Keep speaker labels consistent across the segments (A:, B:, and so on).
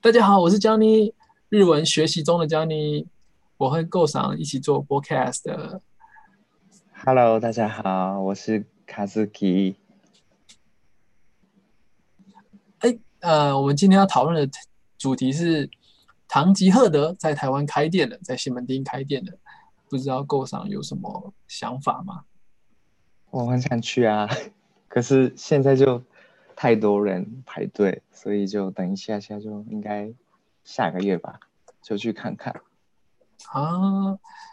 A: 大家好，我是 Johnny，日文学习中的 Johnny，我和构赏一起做 podcast 的。
B: Hello，大家好，我是卡斯基。
A: 哎，呃，我们今天要讨论的主题是唐吉诃德在台湾开店了，在西门町开店了，不知道构赏有什么想法吗？
B: 我很想去啊， 可是现在就太多人排队，所以就等一下下就应该下个月吧，就去看看。
A: 啊，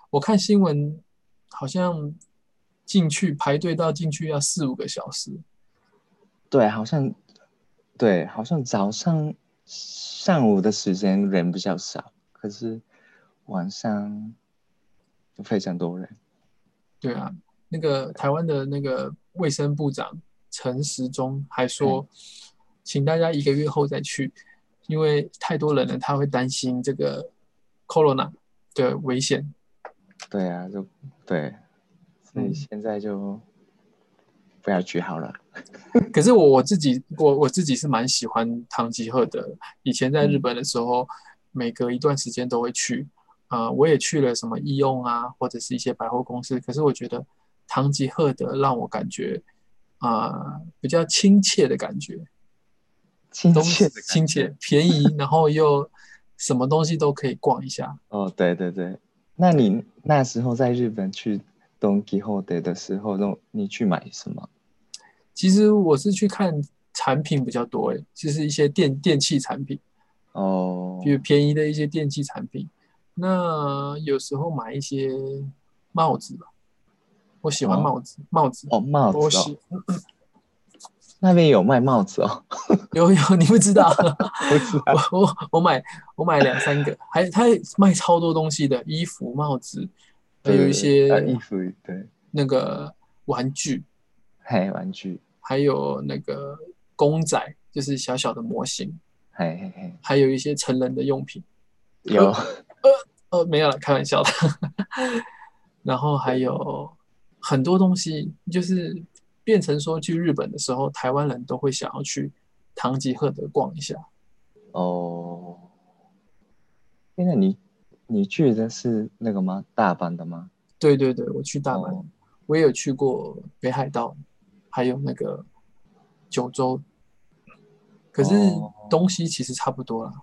A: 我看新闻好像进去排队到进去要四五个小时。
B: 对，好像，对，好像早上上午的时间人比较少，可是晚上就非常多人。
A: 对啊，那个台湾的那个卫生部长陈时中还说，请大家一个月后再去，因为太多人了，他会担心这个 corona 的危险。
B: 对啊，就对，所以
A: 嗯
B: 现在就不要去好了。
A: 可是我我自己我我自己是蛮喜欢唐吉诃德，以前在日本的时候，每隔一段时间都会去，呃，我也去了什么医用啊，或者是一些百货公司。可是我觉得唐吉诃德让我感觉，呃，比较亲切的感觉。
B: 亲
A: 东
B: 切
A: 西
B: 的感
A: 亲
B: 觉
A: 切、便宜，然后又什么东西都可以逛一下。
B: 哦，对对对，那你那时候在日本去 Don Quixote 的时候，都你去买什么？
A: 其实我是去看产品比较多，诶，就是一些电电器产品，
B: 哦，
A: 比如便宜的一些电器产品。那有时候买一些帽子吧，我喜欢
B: 哦
A: 帽子，帽子，
B: 哦，帽
A: 我
B: 子哦
A: 喜，
B: 那边有卖帽子哦，
A: 有有，你不知 道，
B: 不知道
A: 我我我买我买两三个，还他卖超多东西的，衣服、帽子，还
B: 对
A: 有一
B: 对 对呃
A: 些
B: 衣服，对，
A: 那个玩具。
B: 嘿，玩具，
A: 还有那个公仔，就是小小的模型，
B: 嘿嘿嘿，
A: 还有一些成人的用品。
B: 有，
A: 呃，没有了，开玩笑的。 然后还有很多东西，就是变成说去日本的时候，台湾人都会想要去唐吉诃德逛一下。
B: 哦，现在你你去的是那个吗？大阪的吗？
A: 对对对，我去大阪，
B: 哦，
A: 我也有去过北海道，还有那个九州。可是
B: 哦
A: 东西其实差不多啦，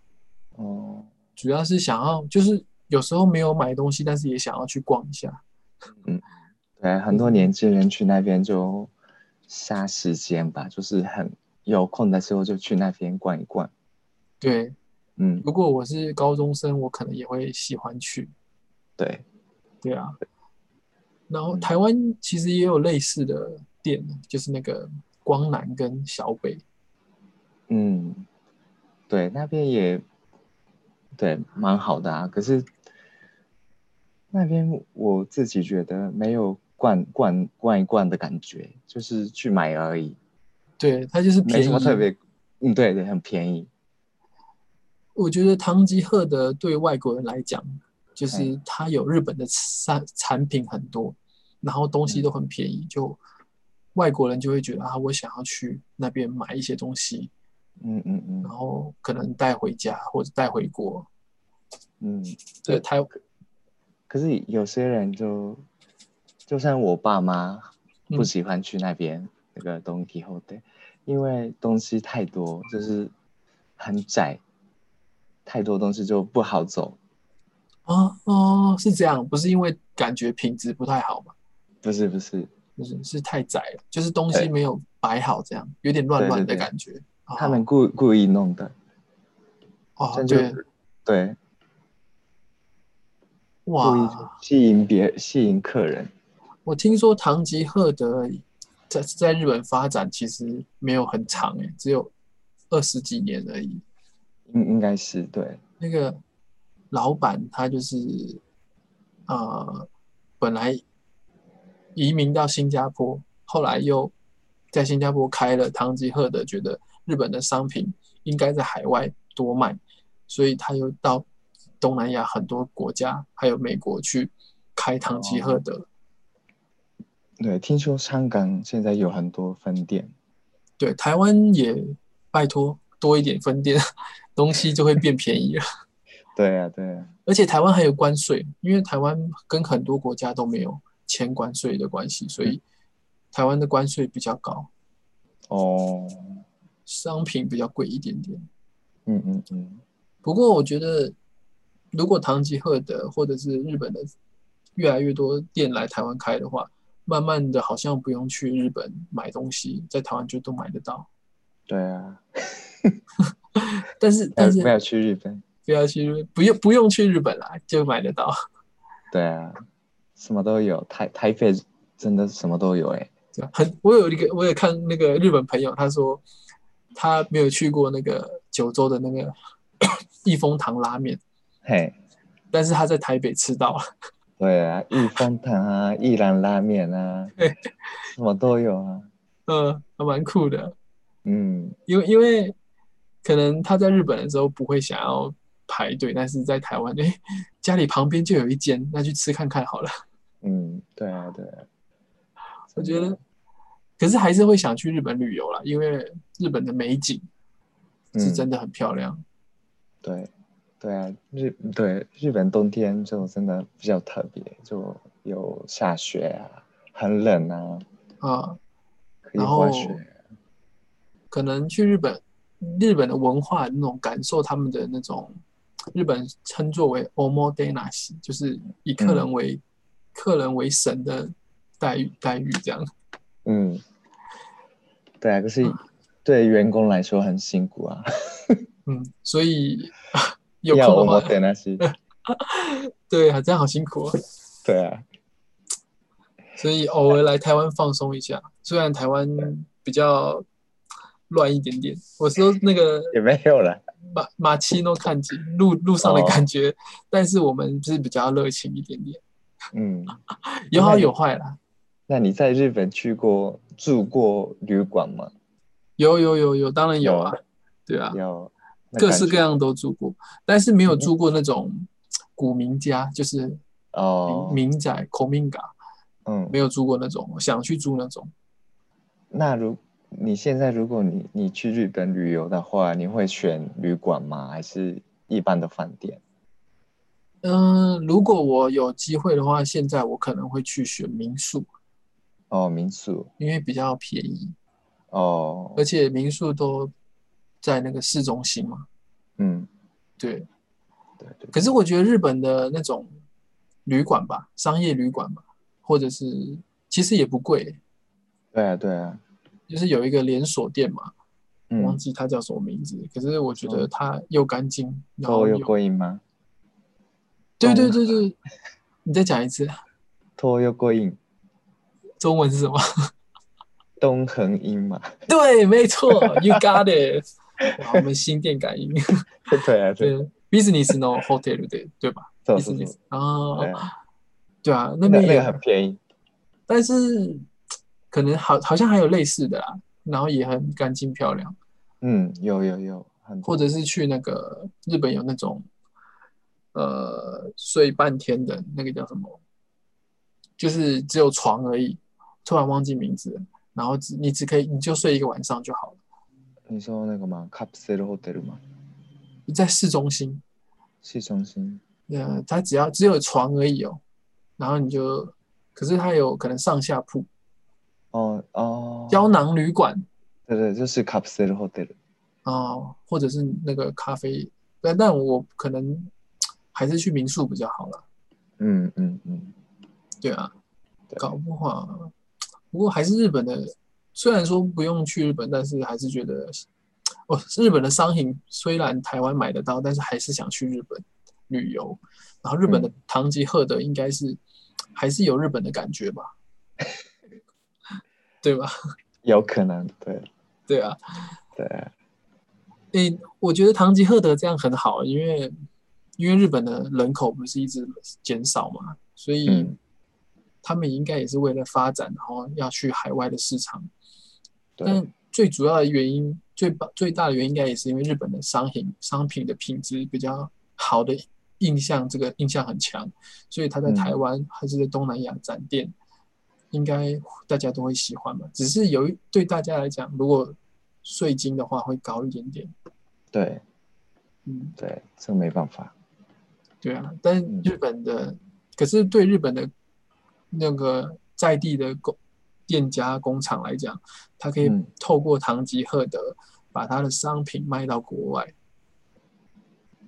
B: 哦，
A: 主要是想要就是有时候没有买东西，但是也想要去逛一下。
B: 对，很
A: 嗯
B: 多年轻人去那边就杀时间吧，就是很有空的时候就去那边逛一逛。
A: 对，
B: 嗯，
A: 如果我是高中生，我可能也会喜欢去。
B: 对，
A: 对啊，然后
B: 嗯
A: 台湾其实也有类似的店，就是那个光南跟小北。
B: 嗯，对，那边也对蛮好的啊。可是那边我自己觉得没有逛逛逛一逛的感觉，就是去买而已，
A: 对，它就是便
B: 没什么
A: 宜。
B: 特别。嗯，对对，很便宜。
A: 我觉得唐吉诃德对外国人来讲，就是
B: 嗯
A: 它有日本的产产品很多，然后东
B: 嗯
A: 西都很便宜，就外国人就会觉得啊，我想要去那边买一些东西，
B: 嗯嗯
A: 然
B: 嗯
A: 后可能带回家或者带回国。
B: 嗯。
A: 对，台
B: 可是有些人就，就像我爸妈不
A: 嗯
B: 喜欢去那边、那个 Don Quixote，因为东西太多，就是很窄，太多东西就不好走。
A: 哦哦，是这样，不是因为感觉品质不太好嘛，
B: 不是不是，
A: 就是是太窄了，就是东西
B: 对
A: 没有摆好，这样有点乱
B: 对对
A: 乱的
B: 对
A: 感觉。哦
B: 他们故故意弄的，
A: 哦
B: 这，样就
A: 对，
B: 对，故意
A: 哇，
B: 吸引别吸引客人。
A: 我听说唐吉诃德在在日本发展其实没有很长诶，只有二十几年而已。
B: 应应该是对，
A: 那个老板他就是呃，本来移民到新加坡，后来又在新加坡开了唐吉诃德，觉得日本的商品应该在海外多卖，所以他又到东南亚很多国家，还有美国去开唐吉诃德。
B: 对，听说香港现在有很多分店，
A: 对，台湾也拜托多一点分店，东西就会变便宜了。
B: 对啊，对啊，
A: 而且台湾还有关税，因为台湾跟很多国家都没有签关税的关系，所以台湾的关税比较高，
B: 哦，
A: 商品比较贵一点点。
B: 嗯嗯嗯，
A: 不过我觉得，如果唐吉诃德或者是日本的越来越多店来台湾开的话，慢慢的好像不用去日本买东西，在台湾就都买得到。
B: 对啊，
A: 但是
B: 没
A: 但
B: 有
A: 是
B: 呃没有去日本，
A: 不要去日，不用不用去日本啦，就买得到。
B: 对啊，什么都有，台台北真的什么都有哎、
A: 对啊很，我有一个，我也看那个日本朋友，他说他没有去过那个九州的那个 益丰堂拉面，
B: 嘿，
A: 但是他在台北吃到了。
B: 对啊，益丰堂 啊，一兰拉面啊，什么都有啊，
A: 嗯，还蛮酷的，
B: 嗯，
A: 因为因为可能他在日本的时候不会想要排队，但是在台湾，哎、家里旁边就有一间，那去吃看看好了。
B: 嗯，对啊，对啊，
A: 我觉得，可是还是会想去日本旅游啦，因为日本的美景是真
B: 的、嗯，
A: 的很漂亮。
B: 对，对啊，日对日本冬天就真的比较特别，就有下雪啊，很冷啊，
A: 啊、
B: 可以
A: 然后
B: 滑雪，
A: 可能去日本，日本的文化那种感受，他们的那种日本称作为 omodenashi，就是以客人为、客人为神的待遇待遇这样。
B: 嗯，对啊，可是
A: 啊
B: 对员工来说很辛苦啊，
A: 嗯，所以 有空
B: 要我
A: 的
B: 们
A: 话，
B: 等那些，
A: 对啊，这样好辛苦哦。
B: 对啊，
A: 所以偶尔来台湾放松一下，虽然台湾比较乱一点点，我说那个
B: 也没有了，
A: 马马奇诺看景路路上的感觉，但是我们是比较热情一点点，
B: 嗯，
A: 有好有坏啦。
B: 那你在日本去过住过旅馆吗？
A: 有有有有，当然有啊，对啊，
B: 有，那
A: 各
B: 感
A: 式
B: 觉嗯
A: 各样都住过，但是没有住过那种古民家，就是
B: 哦，
A: 民宅、口民嘎，
B: 嗯，
A: 没有住过那种，我想去住那种。
B: 那如你现在如果你你去日本旅游的话，你会选旅馆吗？还是一般的饭店？
A: 嗯、如果我有机会的话，现在我可能会去选民宿，
B: 哦，民宿
A: 因为比较便宜，
B: 哦
A: 而，且民宿都在那个市中心嘛。
B: 嗯，
A: 对，
B: 对对，
A: 可是我觉得日本的那种旅馆吧，商业旅馆吧，或者是其实也不贵，
B: 对啊对啊，
A: 就是有一个连锁店嘛。我忘
B: 嗯，
A: 记它叫什么名字，可是我觉得它又干净，然后
B: 都哦有
A: 又
B: 过瘾吗？
A: 对对对对，你再讲一次，
B: 都有过瘾，
A: 中文是什么？
B: 东横音嘛？
A: 对，没错，You got it。哇，我们心电感应，
B: 对啊对
A: 对
B: 啊
A: ，business no hotel 对对吧
B: 对对
A: ？business
B: 对，对
A: 啊，
B: 啊
A: 对啊，那
B: 那个
A: 边
B: 那个
A: 也，
B: 很便宜，
A: 但是可能好好像还有类似的啦，然后也很干净漂亮，
B: 嗯，有有有，很
A: 或
B: 多
A: 者是去那个日本有那种呃睡半天的那个叫什么，就是只有床而已，突然忘记名字了，然后只你只可以你就睡一个晚上就好了，
B: 你说那个吗？カプセルホテル吗？
A: 在市中心，
B: 市中心，
A: 呃，它只要只有床而已哦，然后你就，可是它有可能上下铺，
B: 哦哦，
A: 胶囊旅馆
B: 对对，就是カプセルホテル，
A: 啊、哦或者是那个咖啡，但但我可能还是去民宿比较好了，
B: 嗯嗯嗯，
A: 对啊，
B: 对
A: 搞不好，不过还是日本的，虽然说不用去日本，但是还是觉得，哦，日本的商品虽然台湾买得到，但是还是想去日本旅游。然后日本的唐吉诃德应该是、还是有日本的感觉吧，对吧？
B: 有可能，对
A: 对啊，
B: 对啊，
A: 诶、我觉得唐吉诃德这样很好，因为因为日本的人口不是一直减少嘛，所以。
B: 嗯。
A: 他们应该也是为了发展，然后要去海外的市场。
B: 对
A: 但最主要的原因，最大最大的原因，应该也是因为日本的商品商品的品质比较好的印象，这个印象很强，所以他在
B: 嗯
A: 台湾还是在东南亚展店，应该大家都会喜欢吧。只是有一对大家来讲，如果税金的话会高一点点。
B: 对
A: 嗯，
B: 对，这没办法。
A: 对啊，但是
B: 嗯
A: 日本的，可是对日本的那个在地的工店家工厂来讲，它可以
B: 嗯
A: 透过堂吉诃德把它的商品卖到国外。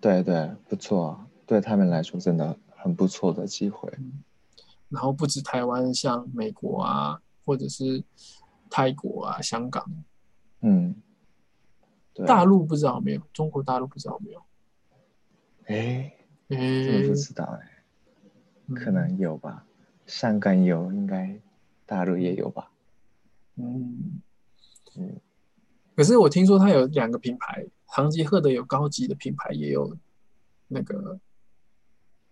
B: 对对，不错，对他们来说真的很不错的机会。
A: 然后不止台湾，像美国啊，或者是泰国啊、香港、
B: 嗯，对，
A: 大陆不知道有没有，中国大陆不知道有没有。
B: 哎，真的
A: 诶、
B: 不知道哎，
A: 嗯
B: 可能有吧，香港有，应该大陆也有吧。
A: 嗯
B: 嗯
A: 可是我听说它有两个品牌，堂吉诃德有高级的品牌，也有那个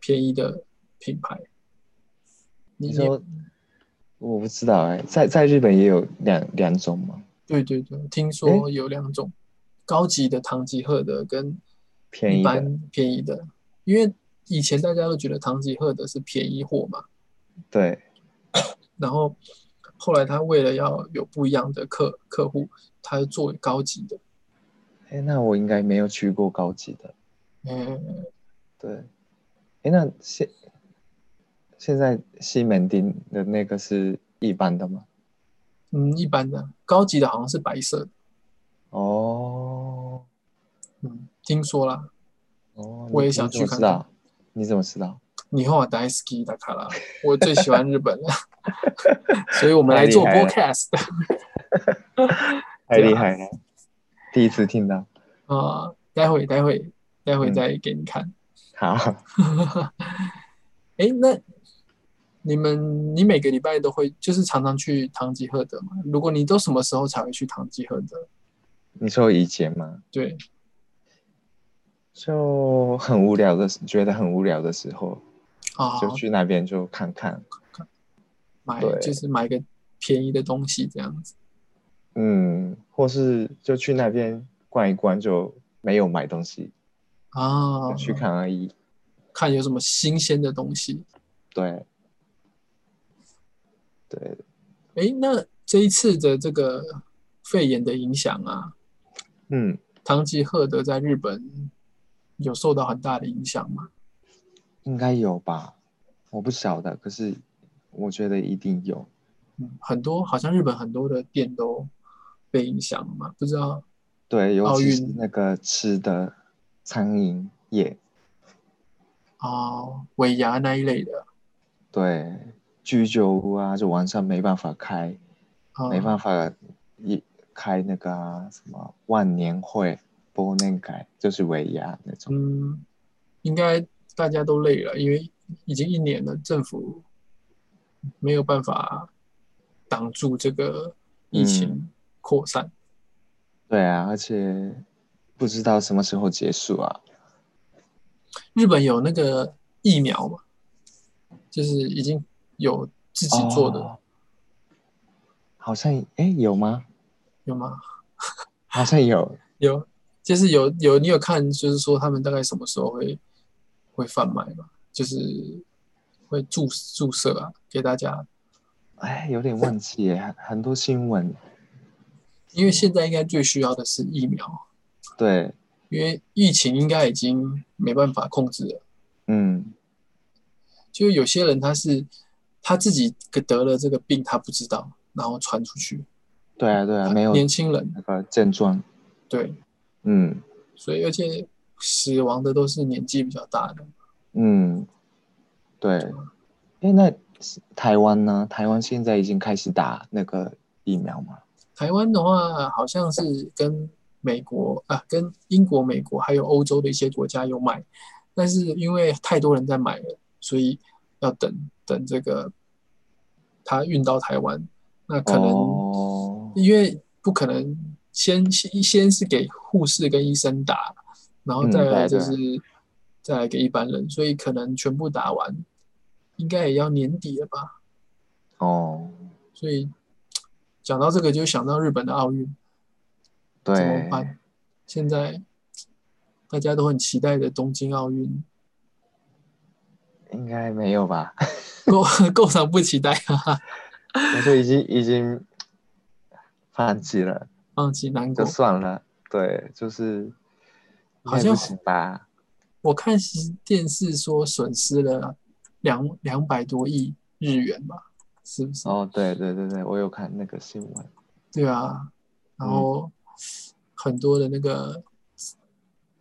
A: 便宜的品牌。你
B: 你
A: 你
B: 说我不知道哎，在在日本也有两两种吗？
A: 对对对，听说有两种，高级的堂吉诃德跟
B: 便
A: 一
B: 宜的，
A: 般便宜的，因为以前大家都觉得堂吉诃德是便宜货嘛，
B: 对，
A: 然后后来他为了要有不一样的客客户，他做高级的，
B: 哎，那我应该没有去过高级的。
A: 嗯，
B: 对，哎，那现现在西门町的那个是一般的吗？
A: 嗯，一般的，高级的好像是白色的，
B: 哦，
A: 嗯，听说啦，
B: 哦，你
A: 我也
B: 你
A: 想
B: 怎
A: 去
B: 么
A: 看
B: 知
A: 看
B: 道？你怎么知道？
A: 你和我打 ski 打卡啦，我最喜欢日 本了，所以我们来做
B: 太厉害了
A: podcast
B: 太
A: 对啊
B: 厉害了，第一次听到。
A: 啊、待会待会待会
B: 嗯
A: 再给你看。
B: 好，
A: 哎，那你们，你每个礼拜都会，就是常常去堂吉诃德嘛？如果你都什么时候才会去堂吉诃德？
B: 你说以前吗？
A: 对，
B: 就很无聊的时，觉得很无聊的时候，
A: 啊，
B: 就去那边就看看。
A: 买
B: 对
A: 就是买个便宜的东西这样子。
B: 嗯，或是就去那边逛一逛，就没有买东西，
A: 啊
B: 就，去看而已。
A: 看有什么新鲜的东西。
B: 对，对，
A: 哎，那这一次的这个肺炎的影响啊，
B: 嗯，
A: 堂吉诃德在日本有受到很大的影响吗？
B: 应该有吧，我不晓得，可是我觉得一定有。
A: 嗯，很多好像日本很多的店都被影响了嘛，不知道。
B: 对，尤其是
A: 奥运
B: 那个吃的餐饮业，
A: 哦，尾牙那一类的，
B: 对，居酒屋啊，就晚上没办法开，
A: 啊
B: 没办法一开那个啊什么万年会、波年改，就是尾牙那种。
A: 嗯，应该大家都累了，因为已经一年了，政府没有办法挡住这个疫情
B: 嗯
A: 扩散。
B: 对啊，而且不知道什么时候结束啊。
A: 日本有那个疫苗嘛，就是已经有自己做的，
B: 哦好像哎有吗？
A: 有吗？
B: 好像有，
A: 有，就是有有，你有看，就是说他们大概什么时候会会贩卖嘛？就是会注注射啊，给大家，
B: 哎，有点忘记耶，很很多新闻。
A: 因为现在应该最需要的是疫苗。
B: 对，
A: 因为疫情应该已经没办法控制了。
B: 嗯，
A: 就有些人他是他自己得了这个病，他不知道，然后传出去。
B: 对啊，对啊，没有
A: 年轻人
B: 那个症状。
A: 对，
B: 嗯
A: 所以而且死亡的都是年纪比较大的。
B: 嗯，对。哎，那台湾呢？台湾现在已经开始打那个疫苗吗？
A: 台湾的话，好像是跟美国啊、跟英国、美国还有欧洲的一些国家有买，但是因为太多人在买了，所以要等等这个它运到台湾，那可能、嗯
B: 哦，
A: 因为不可能先先先是给护士跟医生打，然后再来
B: 嗯对
A: 就
B: 对
A: 是、再来给一般人，所以可能全部打完，应该也要年底了吧。
B: 哦，
A: 所以讲到这个，就想到日本的奥运怎么
B: 对，
A: 办？现在大家都很期待的东京奥运，
B: 应该没有吧？
A: 够 够长不期待啊！
B: 我就已经已经放弃了。
A: 放弃难
B: 就
A: 过。
B: 算了。对，就是
A: 好
B: 应该
A: 像
B: 不行吧？
A: 我看是电视说损失了两两百多亿日元嘛，是不是？
B: 哦，对对对对，我有看那个新闻。
A: 对啊，然后很多的那个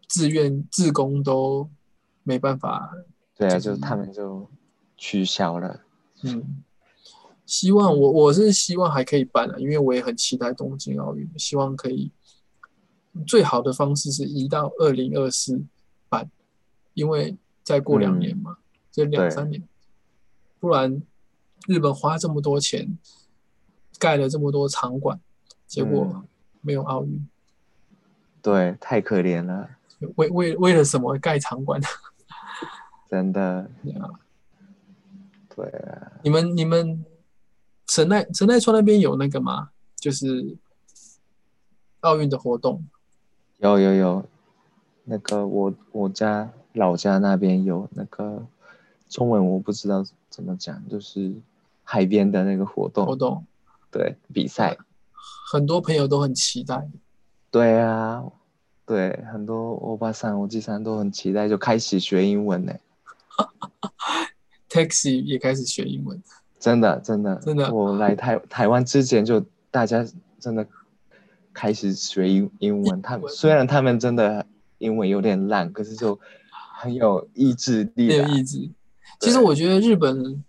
A: 志愿志工都没办法，
B: 对啊，
A: 就
B: 就是他们就取消了。
A: 嗯，希望我我是希望还可以办啊，因为我也很期待东京奥运，希望可以最好的方式是移到二零二四办，因为再过两年嘛，这两
B: 对
A: 三年，不然日本花这么多钱盖了这么多场馆，结果
B: 嗯
A: 没有奥运，
B: 对，太可怜了，
A: 为为为了什么盖场馆？
B: 真的。
A: 对啊
B: 对啊，
A: 你们你们神奈神奈川那边有那个吗？就是奥运的活动，
B: 有有有，那个我我家老家那边有那个中文我不知道怎么讲，就是海边的那个活动，
A: 活动
B: 对比赛。
A: 很多朋友都很期待。
B: 对啊，对，很多欧巴桑、欧吉桑都很期待，就开始学英文呢。
A: Taxi 也开始学英文，
B: 真的，真的，
A: 真的
B: 我来台台湾之前就大家真的开始学英英文，他们虽然他们真的英文有点烂，可是就很有意志力
A: 很有
B: 的啊。
A: 意志。其实我觉得日本，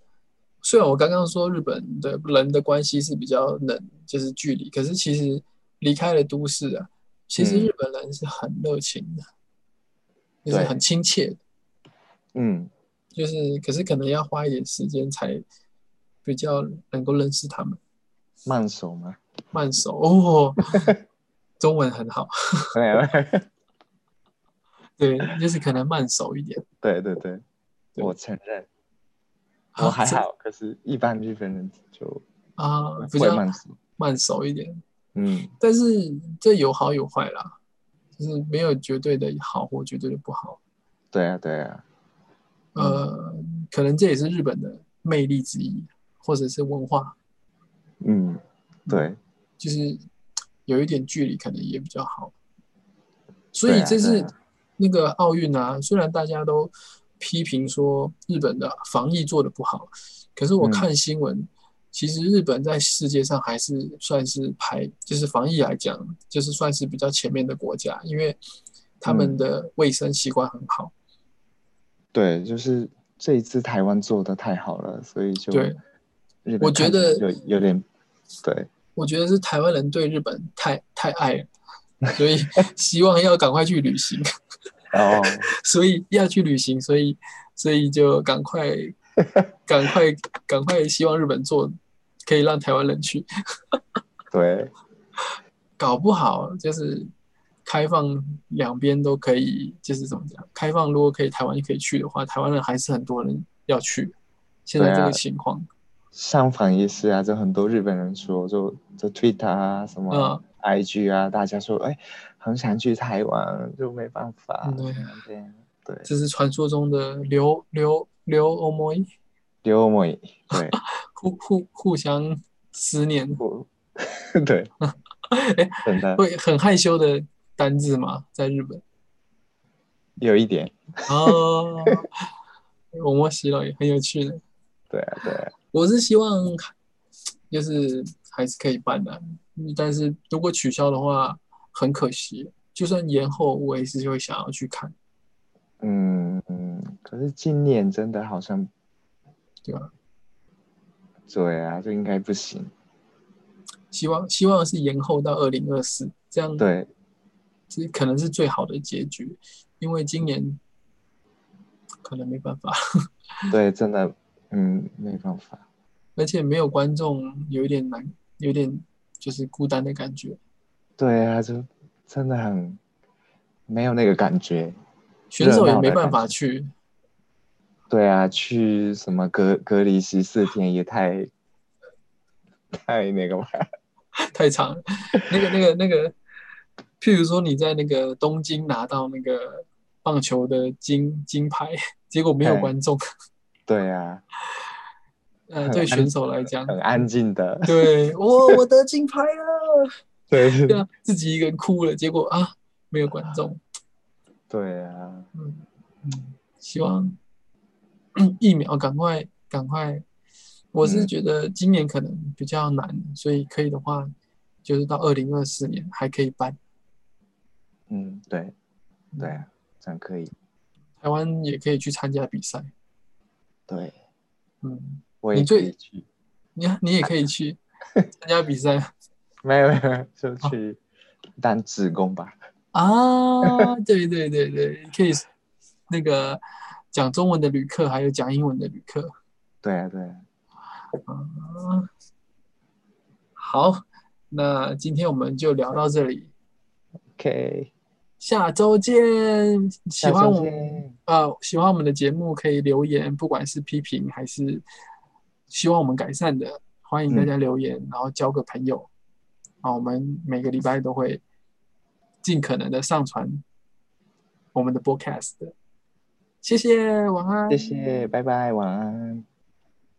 A: 虽然我刚刚说日本的人的关系是比较冷，就是距离，可是其实离开了都市啊，其实
B: 嗯
A: 日本人是很热情的，就是
B: 对
A: 很亲切的
B: 嗯，
A: 就是可是可能要花一点时间才比较能够认识他们。
B: 慢手吗？
A: 慢手 哦，中文很好，对，就是可能慢手一点。
B: 对对对，
A: 对
B: 我承认，我还好，可是一般日本人就
A: 啊，比
B: 会
A: 较
B: 慢手。
A: 慢手一点，
B: 嗯，
A: 但是这有好有坏啦，就是没有绝对的好或绝对的不好。
B: 对啊对啊，
A: 呃，
B: 嗯
A: 可能这也是日本的魅力之一，或者是文化，
B: 嗯，对，
A: 就是有一点距离可能也比较好。所以
B: 对啊
A: 这
B: 对
A: 次
B: 啊
A: 那个奥运啊，虽然大家都批评说日本的防疫做的不好，可是我
B: 嗯
A: 看新闻，其实日本在世界上还是算是排，就是防疫来讲，就是算是比较前面的国家，因为他们
B: 嗯
A: 的卫生习惯很好。
B: 对，就是这一次台湾做的太好了，所以就
A: 对，
B: 日本
A: 我觉得
B: 看起来有有点对，
A: 我觉得是台湾人对日本太太爱了，所以 希望要赶快去旅行。
B: 然后
A: 所以要去旅行，所以所以就赶快赶快赶快，希望日本做可以让台湾人去，
B: 对
A: 搞不好就是开放两边都可以，就是怎么讲，开放如果可以台湾也可以去的话，台湾人还是很多人要去。现在这
B: 对
A: 个
B: 啊
A: 情况，
B: 上访也是啊，就很多日本人说，就就 Twitter 啊什
A: 嗯
B: 么 IG 啊，大家说哎，很想去台湾，就没办法
A: 嗯对
B: 怎样怎样，对，
A: 这是传说中的留留留欧莫伊
B: 刘某也对
A: 互互互相思念，
B: 我 对，真的
A: 会很害羞的单字吗？在日本？
B: 有一点，
A: 哦，我摸洗了也很有趣的。
B: 对啊对啊，
A: 我是希望就是还是可以办的，嗯但是如果取消的话，很可惜。就算延后，我也是会想要去看，
B: 嗯嗯，可是今年真的好像
A: 对啊吧？
B: 对啊，就应该不行，
A: 希望希望是延后到二零二四，这样
B: 对。
A: 这可能是最好的结局，因为今年可能没办法，
B: 对，真的，嗯，没办法，
A: 而且没有观众，有一点难，有点就是孤单的感觉。
B: 对啊，就真的很没有那个感觉。
A: 选手
B: 热
A: 也
B: 闹的
A: 没办
B: 感
A: 法
B: 觉
A: 去，
B: 对啊，去什么隔隔离十四天也太太那个吧。
A: 太长 了。那个、那个、那个，譬如说你在那个东京拿到那个棒球的金金牌，结果没有
B: 嗯
A: 观众，
B: 对啊，
A: 呃，
B: 很
A: 对
B: 安
A: 选手来讲，
B: 很安静的。
A: 对我我得金牌了，
B: 对
A: 对啊，自己一个人哭了，结果啊没有观众。
B: 对啊，
A: 嗯嗯，希望疫苗赶快赶快。我是
B: 嗯
A: 觉得今年可能比较难，所以可以的话，就是到二零二四年还可以办。
B: 嗯，对对啊，这样可以。
A: 台湾也可以去参加比赛。
B: 对，
A: 嗯，
B: 我
A: 你
B: 也可
A: 最
B: 以去。
A: 你你也可以 去参加比赛啊
B: 没有没有没有，就
A: 哦
B: 去当职工吧。
A: 啊！ 对对对对，可以那个讲中文的旅客，还有讲英文的旅客。
B: 对啊对啊，
A: 啊，好，那今天我们就聊到这里，
B: ，OK，
A: 下周见。喜
B: 下
A: 欢
B: 周
A: 我们
B: 见
A: 呃，喜欢我们的节目可以留言，不管是批评还是希望我们改善的，欢迎大家留言，然后交个朋友。啊，我们每个礼拜都会尽可能的上传我们的 podcast 的。谢谢，晚安。
B: 谢谢，拜拜，晚安。